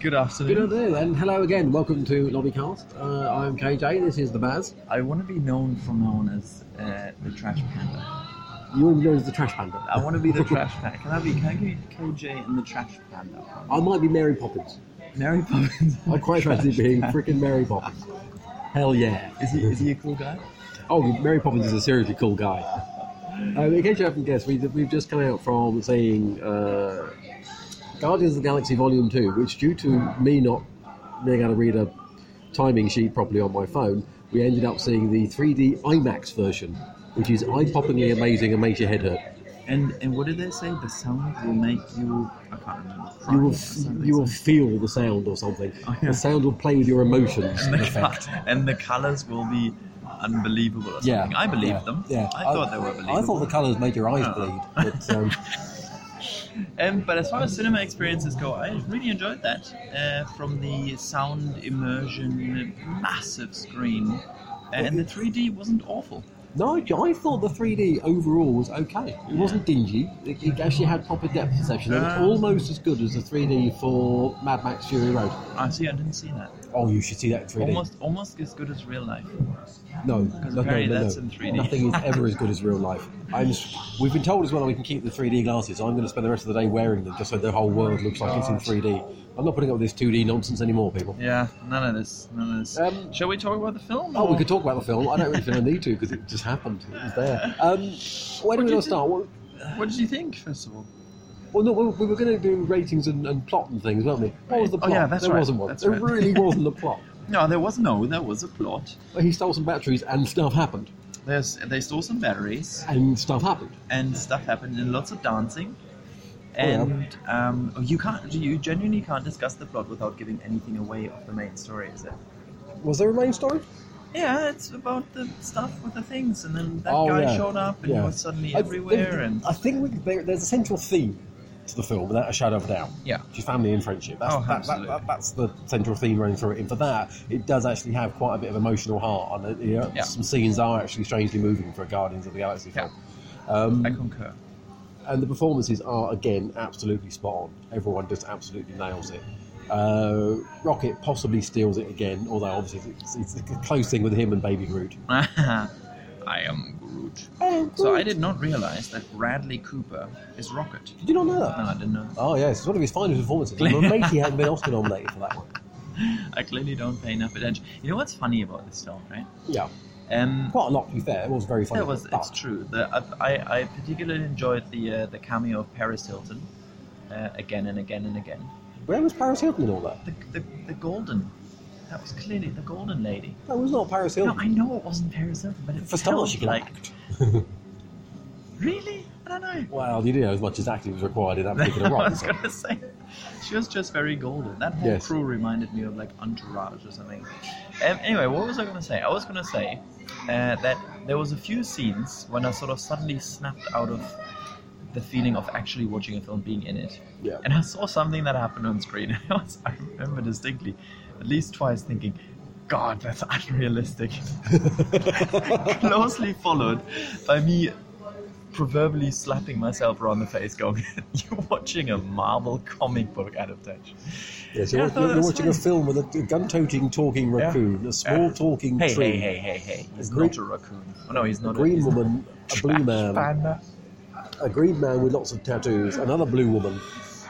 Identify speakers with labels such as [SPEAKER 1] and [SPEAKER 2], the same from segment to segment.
[SPEAKER 1] Good afternoon.
[SPEAKER 2] Good afternoon, and hello again. Welcome to Lobbycast. Uh, I'm KJ. This is the Baz.
[SPEAKER 1] I want to be known from now on as uh, the Trash Panda.
[SPEAKER 2] You want to be known as the Trash Panda?
[SPEAKER 1] I want to be the Trash Panda. Can I be? Can I be KJ and the Trash Panda?
[SPEAKER 2] I might be Mary Poppins.
[SPEAKER 1] Mary Poppins.
[SPEAKER 2] I quite fancy being freaking Mary Poppins. Hell yeah!
[SPEAKER 1] Is he? Is he a cool guy?
[SPEAKER 2] Oh, Mary Poppins is a seriously cool guy. Um, in case you haven't guessed, we, we've just come out from seeing uh, Guardians of the Galaxy Volume 2, which, due to me not being able to read a timing sheet properly on my phone, we ended up seeing the 3D IMAX version, which is eye poppingly amazing and makes your head hurt.
[SPEAKER 1] And and what did they say? The sound will make you. I can't remember. cry
[SPEAKER 2] You will,
[SPEAKER 1] or
[SPEAKER 2] f-
[SPEAKER 1] something.
[SPEAKER 2] you will feel the sound or something.
[SPEAKER 1] Oh, yeah.
[SPEAKER 2] The sound will play with your emotions.
[SPEAKER 1] And
[SPEAKER 2] in
[SPEAKER 1] the,
[SPEAKER 2] effect.
[SPEAKER 1] col- and the colors will be unbelievable or something.
[SPEAKER 2] Yeah,
[SPEAKER 1] I believed
[SPEAKER 2] yeah,
[SPEAKER 1] them.
[SPEAKER 2] Yeah,
[SPEAKER 1] I, thought they were believable.
[SPEAKER 2] I thought the colours made your eyes
[SPEAKER 1] Oh.
[SPEAKER 2] bleed, but um,
[SPEAKER 1] Um, but as far as cinema experiences go, I really enjoyed that. Uh, from the sound immersion, massive screen, Uh, and the 3D wasn't awful.
[SPEAKER 2] no, I thought the 3D overall was okay. It wasn't dingy. It, it actually had proper depth perception. It was
[SPEAKER 1] Yeah.
[SPEAKER 2] almost as good as the 3D for Mad Max Fury Road.
[SPEAKER 1] I see. I didn't see that.
[SPEAKER 2] Oh, you should see that in 3D.
[SPEAKER 1] Almost, almost as good as real life.
[SPEAKER 2] No, no, no,
[SPEAKER 1] apparently
[SPEAKER 2] no,
[SPEAKER 1] that's
[SPEAKER 2] no.
[SPEAKER 1] in 3D.
[SPEAKER 2] Nothing is ever as good as real life. I'm, we've been told as well that we can keep the 3D glasses. I'm going to spend the rest of the day wearing them just so the whole world looks like it's in 3D. I'm not putting up with this 2D nonsense anymore, people.
[SPEAKER 1] Yeah, none of this. None of this.
[SPEAKER 2] Um,
[SPEAKER 1] Shall we talk about the film?
[SPEAKER 2] Oh, we
[SPEAKER 1] or-
[SPEAKER 2] could talk about the film. I don't really feel I need to because it just happened. It was there. Um, where do we
[SPEAKER 1] you
[SPEAKER 2] want to start? Well,
[SPEAKER 1] What did you think, first of all?
[SPEAKER 2] well, no, we, we were going to do ratings and, and plot and things, weren't we? What was the
[SPEAKER 1] Oh,
[SPEAKER 2] plot?
[SPEAKER 1] yeah, that's
[SPEAKER 2] there
[SPEAKER 1] right.
[SPEAKER 2] wasn't one.
[SPEAKER 1] That's
[SPEAKER 2] there
[SPEAKER 1] right.
[SPEAKER 2] really wasn't a plot.
[SPEAKER 1] No, there was no. There was a plot.
[SPEAKER 2] Well, he stole some batteries and stuff happened.
[SPEAKER 1] There's they stole some batteries
[SPEAKER 2] And stuff happened.
[SPEAKER 1] and stuff happened and lots of dancing.
[SPEAKER 2] Oh, yeah.
[SPEAKER 1] And um, you can't, you genuinely can't discuss the plot without giving anything away of the main story, is it?
[SPEAKER 2] Was there a main story?
[SPEAKER 1] Yeah, it's about the stuff with the things, and then that
[SPEAKER 2] Oh,
[SPEAKER 1] guy
[SPEAKER 2] yeah.
[SPEAKER 1] showed up and
[SPEAKER 2] Yeah.
[SPEAKER 1] he was suddenly
[SPEAKER 2] I-
[SPEAKER 1] everywhere,
[SPEAKER 2] there-
[SPEAKER 1] and
[SPEAKER 2] I think we, there, there's a central theme to the film without a shadow of a doubt.
[SPEAKER 1] Yeah.
[SPEAKER 2] which is family and friendship. That's,
[SPEAKER 1] Oh,
[SPEAKER 2] that, that,
[SPEAKER 1] absolutely.
[SPEAKER 2] that, that's the central theme running through it. And for that, it does actually have quite a bit of emotional heart, and uh, you know,
[SPEAKER 1] Yeah.
[SPEAKER 2] some scenes are actually strangely moving for a Guardians of the Galaxy film.
[SPEAKER 1] I
[SPEAKER 2] Um,
[SPEAKER 1] concur.
[SPEAKER 2] and the performances are again absolutely spot on. Everyone just absolutely nails it. Uh, Rocket possibly steals it again, although obviously it's, it's a close thing with him and Baby Groot.
[SPEAKER 1] I am Groot. So I did not realize that Bradley Cooper is Rocket.
[SPEAKER 2] Did you not know
[SPEAKER 1] No,
[SPEAKER 2] that?
[SPEAKER 1] I didn't know.
[SPEAKER 2] Oh yes, it's one of his finest performances. I'm amazed he hadn't been Oscar nominated for that one.
[SPEAKER 1] I clearly don't pay enough attention. You know what's funny about this film, right?
[SPEAKER 2] Yeah,
[SPEAKER 1] Um,
[SPEAKER 2] quite a lot to be fair. It was very funny.
[SPEAKER 1] That was
[SPEAKER 2] but
[SPEAKER 1] it's true. The, I, I- I particularly enjoyed the uh, the cameo of Paris Hilton uh, again and again and again.
[SPEAKER 2] Where was Paris Hilton in all that?
[SPEAKER 1] The, the, the golden that was clearly the golden lady.
[SPEAKER 2] That was not Paris
[SPEAKER 1] No,
[SPEAKER 2] Hilton.
[SPEAKER 1] I know it wasn't Paris Hilton, but it
[SPEAKER 2] for
[SPEAKER 1] felt
[SPEAKER 2] starters, she can
[SPEAKER 1] like
[SPEAKER 2] act.
[SPEAKER 1] really. I don't know.
[SPEAKER 2] Well, you do know as much as acting was required in that particular
[SPEAKER 1] I
[SPEAKER 2] role.
[SPEAKER 1] was gonna say she was just very golden. That whole
[SPEAKER 2] Yes.
[SPEAKER 1] crew reminded me of like Entourage or something. Um, anyway, what was I gonna say? I was gonna say uh, that there was a few scenes when I sort of suddenly snapped out of the feeling of actually watching a film, being in it.
[SPEAKER 2] Yeah.
[SPEAKER 1] And I saw something that happened on screen. I, was, I remember distinctly, at least twice, thinking, God, that's unrealistic. Closely followed by me proverbially slapping myself around the face, going, You're watching a Marvel comic book adaptation.
[SPEAKER 2] Yes,
[SPEAKER 1] Yeah, I
[SPEAKER 2] you're,
[SPEAKER 1] thought
[SPEAKER 2] you're-
[SPEAKER 1] that
[SPEAKER 2] you're
[SPEAKER 1] was
[SPEAKER 2] watching
[SPEAKER 1] funny.
[SPEAKER 2] a film with a, gun-toting, talking
[SPEAKER 1] Yeah.
[SPEAKER 2] raccoon, a small
[SPEAKER 1] Yeah.
[SPEAKER 2] talking
[SPEAKER 1] Hey,
[SPEAKER 2] tree,
[SPEAKER 1] hey, hey, hey, hey. He's
[SPEAKER 2] green-
[SPEAKER 1] not a raccoon. Oh, no, he's
[SPEAKER 2] a
[SPEAKER 1] not a
[SPEAKER 2] green
[SPEAKER 1] he's
[SPEAKER 2] woman, a blue man,
[SPEAKER 1] Panda.
[SPEAKER 2] a green man with lots of tattoos, another blue woman.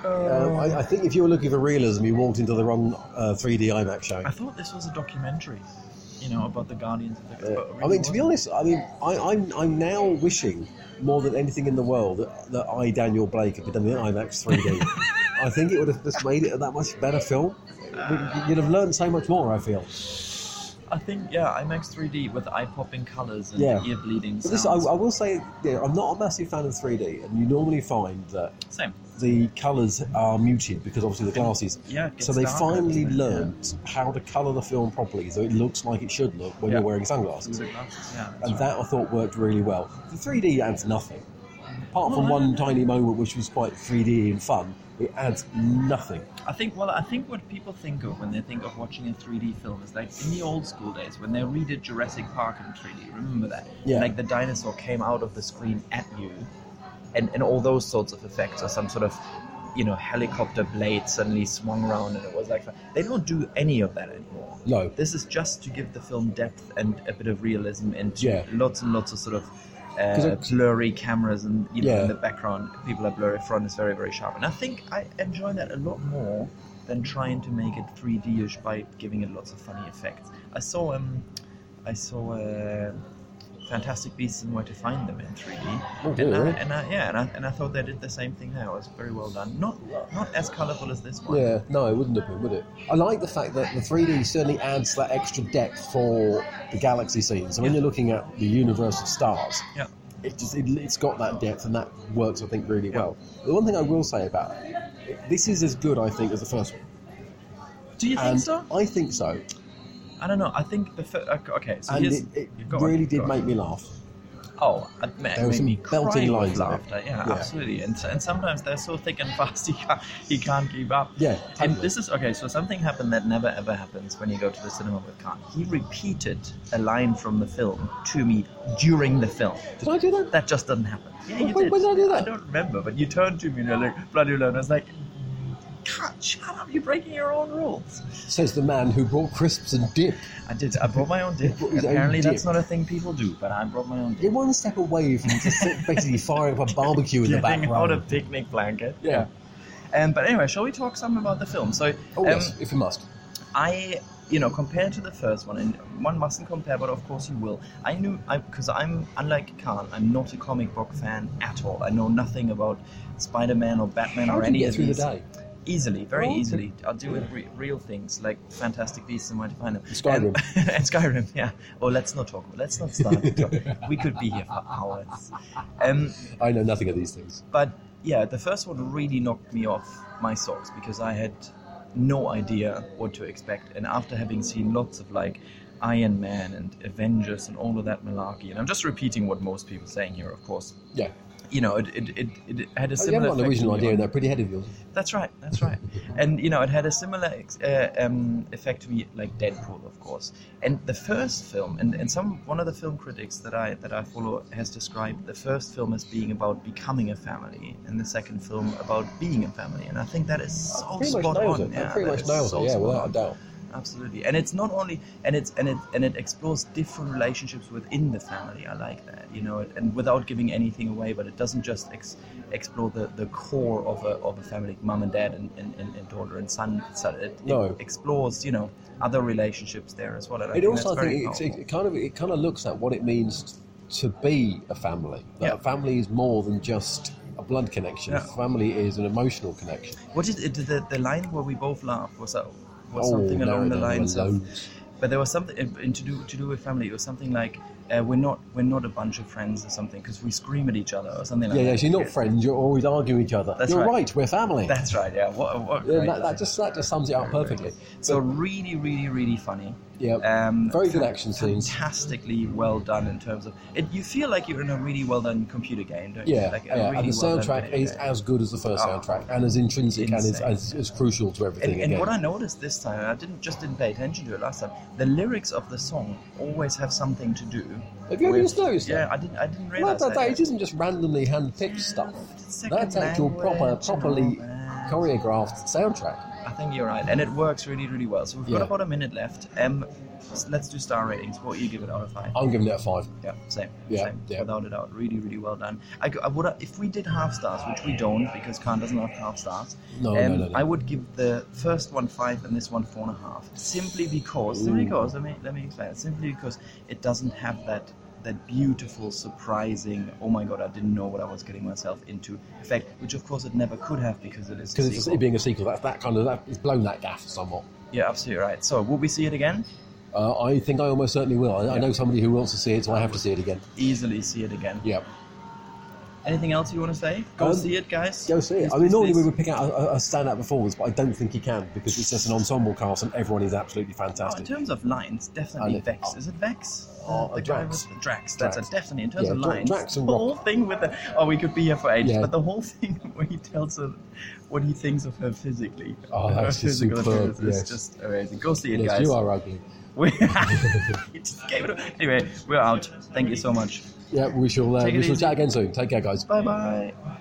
[SPEAKER 2] Uh, I, I think if you were looking for realism, you walked into the wrong uh, 3D IMAX showing.
[SPEAKER 1] I thought this was a documentary, you know, about the Guardians of the
[SPEAKER 2] Yeah.
[SPEAKER 1] but it
[SPEAKER 2] Uh, I
[SPEAKER 1] really
[SPEAKER 2] mean, to be
[SPEAKER 1] wasn't.
[SPEAKER 2] honest, I mean, I, I'm, I'm now wishing more than anything in the world that, that I, Daniel Blake, had been done in IMAX 3D. I think it would have just made it a that much better film. You'd have learned so much more, I feel.
[SPEAKER 1] I think yeah, IMAX 3D with eye popping colors and
[SPEAKER 2] Yeah.
[SPEAKER 1] ear bleeding
[SPEAKER 2] But
[SPEAKER 1] sounds.
[SPEAKER 2] this, I, I will say, you know, I'm not a massive fan of 3D, and you normally find that
[SPEAKER 1] Same.
[SPEAKER 2] the colours are muted because obviously the glasses.
[SPEAKER 1] Yeah. it gets
[SPEAKER 2] So they
[SPEAKER 1] darker,
[SPEAKER 2] finally
[SPEAKER 1] doesn't it?
[SPEAKER 2] learned how to colour the film properly so it looks like it should look when
[SPEAKER 1] Yeah.
[SPEAKER 2] you're wearing
[SPEAKER 1] Yeah.
[SPEAKER 2] sunglasses.
[SPEAKER 1] Through the glasses, yeah, that's
[SPEAKER 2] and
[SPEAKER 1] right.
[SPEAKER 2] that I thought worked really well. The 3D adds nothing. Apart
[SPEAKER 1] Well,
[SPEAKER 2] from
[SPEAKER 1] I
[SPEAKER 2] one
[SPEAKER 1] don't
[SPEAKER 2] tiny moment which was quite 3D and fun, it adds nothing.
[SPEAKER 1] I think well, I think what people think of when they think of watching a 3D film is like in the old school days when they redid Jurassic Park in 3D. Remember that?
[SPEAKER 2] Yeah.
[SPEAKER 1] Like the dinosaur came out of the screen at you, and and all those sorts of effects or some sort of you know helicopter blade suddenly swung around and it was like they don't do any of that anymore.
[SPEAKER 2] No.
[SPEAKER 1] This is just to give the film depth and a bit of realism and
[SPEAKER 2] Yeah.
[SPEAKER 1] lots and lots of sort of.
[SPEAKER 2] 'Cause
[SPEAKER 1] Uh,
[SPEAKER 2] it's-
[SPEAKER 1] blurry cameras and you know
[SPEAKER 2] Yeah.
[SPEAKER 1] in the background people are blurry front is very very sharp and i think i enjoy that a lot more than trying to make it 3d-ish by giving it lots of funny effects i saw um i saw uh, fantastic beasts and where to find them in 3d
[SPEAKER 2] Oh,
[SPEAKER 1] and, I,
[SPEAKER 2] really?
[SPEAKER 1] and I, yeah, and I, and I thought they did the same thing there. It was very well done. Not not as colourful as this one.
[SPEAKER 2] Yeah, no, it wouldn't have been, would it? I like the fact that the 3D certainly adds that extra depth for the galaxy scene. So when
[SPEAKER 1] Yeah.
[SPEAKER 2] you're looking at the universe of stars,
[SPEAKER 1] Yeah.
[SPEAKER 2] it just it, it's got that depth, and that works, I think, really well. The one thing I will say about it, this is as good, I think, as the first one.
[SPEAKER 1] Do you think
[SPEAKER 2] And
[SPEAKER 1] so?
[SPEAKER 2] I think so,
[SPEAKER 1] I don't know. I think the fir- okay, okay. So
[SPEAKER 2] and
[SPEAKER 1] here's
[SPEAKER 2] it, it
[SPEAKER 1] go on,
[SPEAKER 2] really
[SPEAKER 1] go
[SPEAKER 2] did
[SPEAKER 1] on.
[SPEAKER 2] make me laugh.
[SPEAKER 1] Oh, it ma-
[SPEAKER 2] There were
[SPEAKER 1] made
[SPEAKER 2] some
[SPEAKER 1] me
[SPEAKER 2] belting
[SPEAKER 1] cry
[SPEAKER 2] lines
[SPEAKER 1] with
[SPEAKER 2] in it.
[SPEAKER 1] laughter. Yeah,
[SPEAKER 2] Yeah.
[SPEAKER 1] absolutely. And, and sometimes they're so thick and fast, he can't, he can't keep up.
[SPEAKER 2] Yeah,
[SPEAKER 1] And
[SPEAKER 2] totally.
[SPEAKER 1] this is okay. So something happened that never ever happens when you go to the cinema with Khan. He repeated a line from the film to me during the film.
[SPEAKER 2] Did I do that?
[SPEAKER 1] That just doesn't happen. Yeah, you
[SPEAKER 2] When-
[SPEAKER 1] did.
[SPEAKER 2] when did I do that?
[SPEAKER 1] I don't remember, but you turned to me and you're like, bloody low, and I was like, God, shut up, you're breaking your own rules.
[SPEAKER 2] Says the man who brought crisps and dip.
[SPEAKER 1] I did. I brought my own dip.
[SPEAKER 2] Brought his own
[SPEAKER 1] Apparently, that's
[SPEAKER 2] dip.
[SPEAKER 1] not a thing people do, but I brought my own
[SPEAKER 2] You're
[SPEAKER 1] dip.
[SPEAKER 2] one step away from just basically firing up a barbecue in the
[SPEAKER 1] Getting out
[SPEAKER 2] background.
[SPEAKER 1] a picnic blanket.
[SPEAKER 2] yeah.
[SPEAKER 1] Um, but anyway, shall we talk some about the film? So,
[SPEAKER 2] Oh,
[SPEAKER 1] um,
[SPEAKER 2] yes, if you must.
[SPEAKER 1] I, you know, compared to the first one, and one mustn't compare, but of course you will. I knew, because I'm, unlike Khan, I'm not a comic book fan at all. I know nothing about Spider Man or Batman
[SPEAKER 2] How
[SPEAKER 1] or
[SPEAKER 2] did you
[SPEAKER 1] any
[SPEAKER 2] get
[SPEAKER 1] of
[SPEAKER 2] through the
[SPEAKER 1] these.
[SPEAKER 2] day?
[SPEAKER 1] Easily, very
[SPEAKER 2] Oh, okay.
[SPEAKER 1] easily. I'll do it re- real things like Fantastic Beasts and Where to Find Them.
[SPEAKER 2] Skyrim.
[SPEAKER 1] And, and Skyrim, yeah. Or let's not talk. Let's not start. to talk. we could be here for hours. Um,
[SPEAKER 2] I know nothing of these things.
[SPEAKER 1] but yeah, the first one really knocked me off my socks because I had no idea what to expect. And after having seen lots of like Iron Man and Avengers and all of that malarkey, and I'm just repeating what most people are saying here, of course.
[SPEAKER 2] Yeah.
[SPEAKER 1] You know, it, it, it, it had a
[SPEAKER 2] Oh, you
[SPEAKER 1] similar.
[SPEAKER 2] haven't got an
[SPEAKER 1] effect
[SPEAKER 2] original
[SPEAKER 1] on me
[SPEAKER 2] idea
[SPEAKER 1] on-
[SPEAKER 2] in there, pretty head of yours.
[SPEAKER 1] that's right. That's right. and you know, it had a similar ex- uh, um, effect to me, like Deadpool, of course. And the first film, and, and some one of the film critics that I that I follow has described the first film as being about becoming a family, and the second film about being a family. And I think that is so
[SPEAKER 2] pretty
[SPEAKER 1] Oh, spot
[SPEAKER 2] much nails
[SPEAKER 1] on.
[SPEAKER 2] it.
[SPEAKER 1] Yeah,
[SPEAKER 2] that pretty
[SPEAKER 1] that
[SPEAKER 2] much
[SPEAKER 1] is
[SPEAKER 2] nails
[SPEAKER 1] so
[SPEAKER 2] it, yeah,
[SPEAKER 1] spot
[SPEAKER 2] without
[SPEAKER 1] on.
[SPEAKER 2] a doubt.
[SPEAKER 1] Absolutely, and it's not only and it's and it and it explores different relationships within the family. I like that, you know, and- and without giving anything away, but it doesn't just ex, explore the, the core of a, of a family, mum and dad and, and, and, and daughter and son. son. It, it
[SPEAKER 2] No.
[SPEAKER 1] explores, you know, other relationships there as well. And I
[SPEAKER 2] It
[SPEAKER 1] think
[SPEAKER 2] also,
[SPEAKER 1] that's
[SPEAKER 2] I
[SPEAKER 1] very
[SPEAKER 2] think, it,
[SPEAKER 1] powerful.
[SPEAKER 2] it, it kind of it kind of looks at what it means to be a family. That
[SPEAKER 1] Yeah.
[SPEAKER 2] a family is more than just a blood connection.
[SPEAKER 1] Yeah.
[SPEAKER 2] A family is an emotional connection.
[SPEAKER 1] what is it? The, the line where we both laughed was that was
[SPEAKER 2] Oh,
[SPEAKER 1] something
[SPEAKER 2] no,
[SPEAKER 1] along the
[SPEAKER 2] no, no,
[SPEAKER 1] lines of.
[SPEAKER 2] loads.
[SPEAKER 1] but there was something in, in to do to do with family. It was something like uh, we're not we're not a bunch of friends or something because we scream at each other or something like
[SPEAKER 2] Yeah, yeah.
[SPEAKER 1] that.
[SPEAKER 2] So you're not friends. You're always arguing each other.
[SPEAKER 1] That's
[SPEAKER 2] you're
[SPEAKER 1] right.
[SPEAKER 2] right. We're family.
[SPEAKER 1] That's right. Yeah. What, what
[SPEAKER 2] Yeah,
[SPEAKER 1] great
[SPEAKER 2] that, that
[SPEAKER 1] is it?
[SPEAKER 2] just that just sums it up
[SPEAKER 1] Very, very
[SPEAKER 2] perfectly.
[SPEAKER 1] good. So really, really, really funny.
[SPEAKER 2] Yeah.
[SPEAKER 1] Um,
[SPEAKER 2] Very good action scenes.
[SPEAKER 1] Fantastically well done in terms of it. You feel like you're in a really well done computer game, don't you?
[SPEAKER 2] yeah,
[SPEAKER 1] Like a
[SPEAKER 2] yeah.
[SPEAKER 1] really
[SPEAKER 2] and the
[SPEAKER 1] well-done
[SPEAKER 2] soundtrack
[SPEAKER 1] video
[SPEAKER 2] is
[SPEAKER 1] game.
[SPEAKER 2] as good as the first
[SPEAKER 1] Oh,
[SPEAKER 2] soundtrack, and as intrinsic and as,
[SPEAKER 1] insane.
[SPEAKER 2] as, as crucial to everything.
[SPEAKER 1] And,
[SPEAKER 2] again.
[SPEAKER 1] and what I noticed this time, and I didn't just didn't pay attention to it last time. The lyrics of the song always have something to do.
[SPEAKER 2] Have you ever
[SPEAKER 1] with-
[SPEAKER 2] just noticed that?
[SPEAKER 1] Yeah, I didn't. I didn't
[SPEAKER 2] Well,
[SPEAKER 1] realize
[SPEAKER 2] that,
[SPEAKER 1] that.
[SPEAKER 2] that it isn't just randomly handpicked stuff.
[SPEAKER 1] Second
[SPEAKER 2] That's actual proper,
[SPEAKER 1] language and
[SPEAKER 2] properly
[SPEAKER 1] all that.
[SPEAKER 2] choreographed soundtrack.
[SPEAKER 1] I think you're right, and it works really, really well. So we've got
[SPEAKER 2] Yeah.
[SPEAKER 1] about a minute left. Um, s- let's do star ratings. What do you give it out of five?
[SPEAKER 2] I'm giving it a five.
[SPEAKER 1] Yeah, same.
[SPEAKER 2] Oh. Yeah,
[SPEAKER 1] same,
[SPEAKER 2] yeah.
[SPEAKER 1] Without a doubt, really, really well done. I, g- I would, if we did half stars, which we don't because Khan doesn't have half stars.
[SPEAKER 2] Oh,
[SPEAKER 1] um,
[SPEAKER 2] No, no, no, no.
[SPEAKER 1] I would give the first one five and this one four and a half, simply because. Simply
[SPEAKER 2] Ooh.
[SPEAKER 1] because. Let me let me explain. it. Simply because it doesn't have that that beautiful, surprising. Oh my god, I didn't know what I was getting myself into. Effect, which of course it never could have because it is. a
[SPEAKER 2] Because it's
[SPEAKER 1] sequel.
[SPEAKER 2] it being a sequel, that, that kind of that, it's blown that gaff somewhat.
[SPEAKER 1] Yeah, absolutely right. So, will we see it again?
[SPEAKER 2] Uh, I think I almost certainly will. I, I know somebody who wants to see it, so I have to see it again.
[SPEAKER 1] Easily see it again.
[SPEAKER 2] Yeah,
[SPEAKER 1] Anything else you want to say? Go
[SPEAKER 2] Um,
[SPEAKER 1] see it, guys.
[SPEAKER 2] go see it.
[SPEAKER 1] Please,
[SPEAKER 2] I mean,
[SPEAKER 1] please,
[SPEAKER 2] normally we
[SPEAKER 1] please.
[SPEAKER 2] would pick out a, a standout performance, but I don't think he can because it's just an ensemble cast and everyone is absolutely
[SPEAKER 1] Oh, in
[SPEAKER 2] fantastic.
[SPEAKER 1] terms of lines, definitely
[SPEAKER 2] I know.
[SPEAKER 1] Vex. Is it Vex?
[SPEAKER 2] Oh,
[SPEAKER 1] the
[SPEAKER 2] uh,
[SPEAKER 1] guy
[SPEAKER 2] Drax.
[SPEAKER 1] with- Drax. That's
[SPEAKER 2] Drax.
[SPEAKER 1] it. Definitely. In terms
[SPEAKER 2] Yeah,
[SPEAKER 1] of
[SPEAKER 2] Dra-
[SPEAKER 1] lines,
[SPEAKER 2] Drax
[SPEAKER 1] the
[SPEAKER 2] and
[SPEAKER 1] whole thing with the oh, we could be here for ages.
[SPEAKER 2] Yeah.
[SPEAKER 1] But the whole thing where he tells her what he thinks of her physically,
[SPEAKER 2] Oh,
[SPEAKER 1] her
[SPEAKER 2] that's just
[SPEAKER 1] physical
[SPEAKER 2] superb,
[SPEAKER 1] appearance is
[SPEAKER 2] yes.
[SPEAKER 1] just amazing. Go see it,
[SPEAKER 2] yes,
[SPEAKER 1] guys.
[SPEAKER 2] you are ugly.
[SPEAKER 1] We He just gave it up. Anyway, we're out. Thank you so much.
[SPEAKER 2] Yeah, we shall. Uh,
[SPEAKER 1] Take it
[SPEAKER 2] we shall
[SPEAKER 1] easy.
[SPEAKER 2] chat again soon. Take care, guys.
[SPEAKER 1] Bye bye.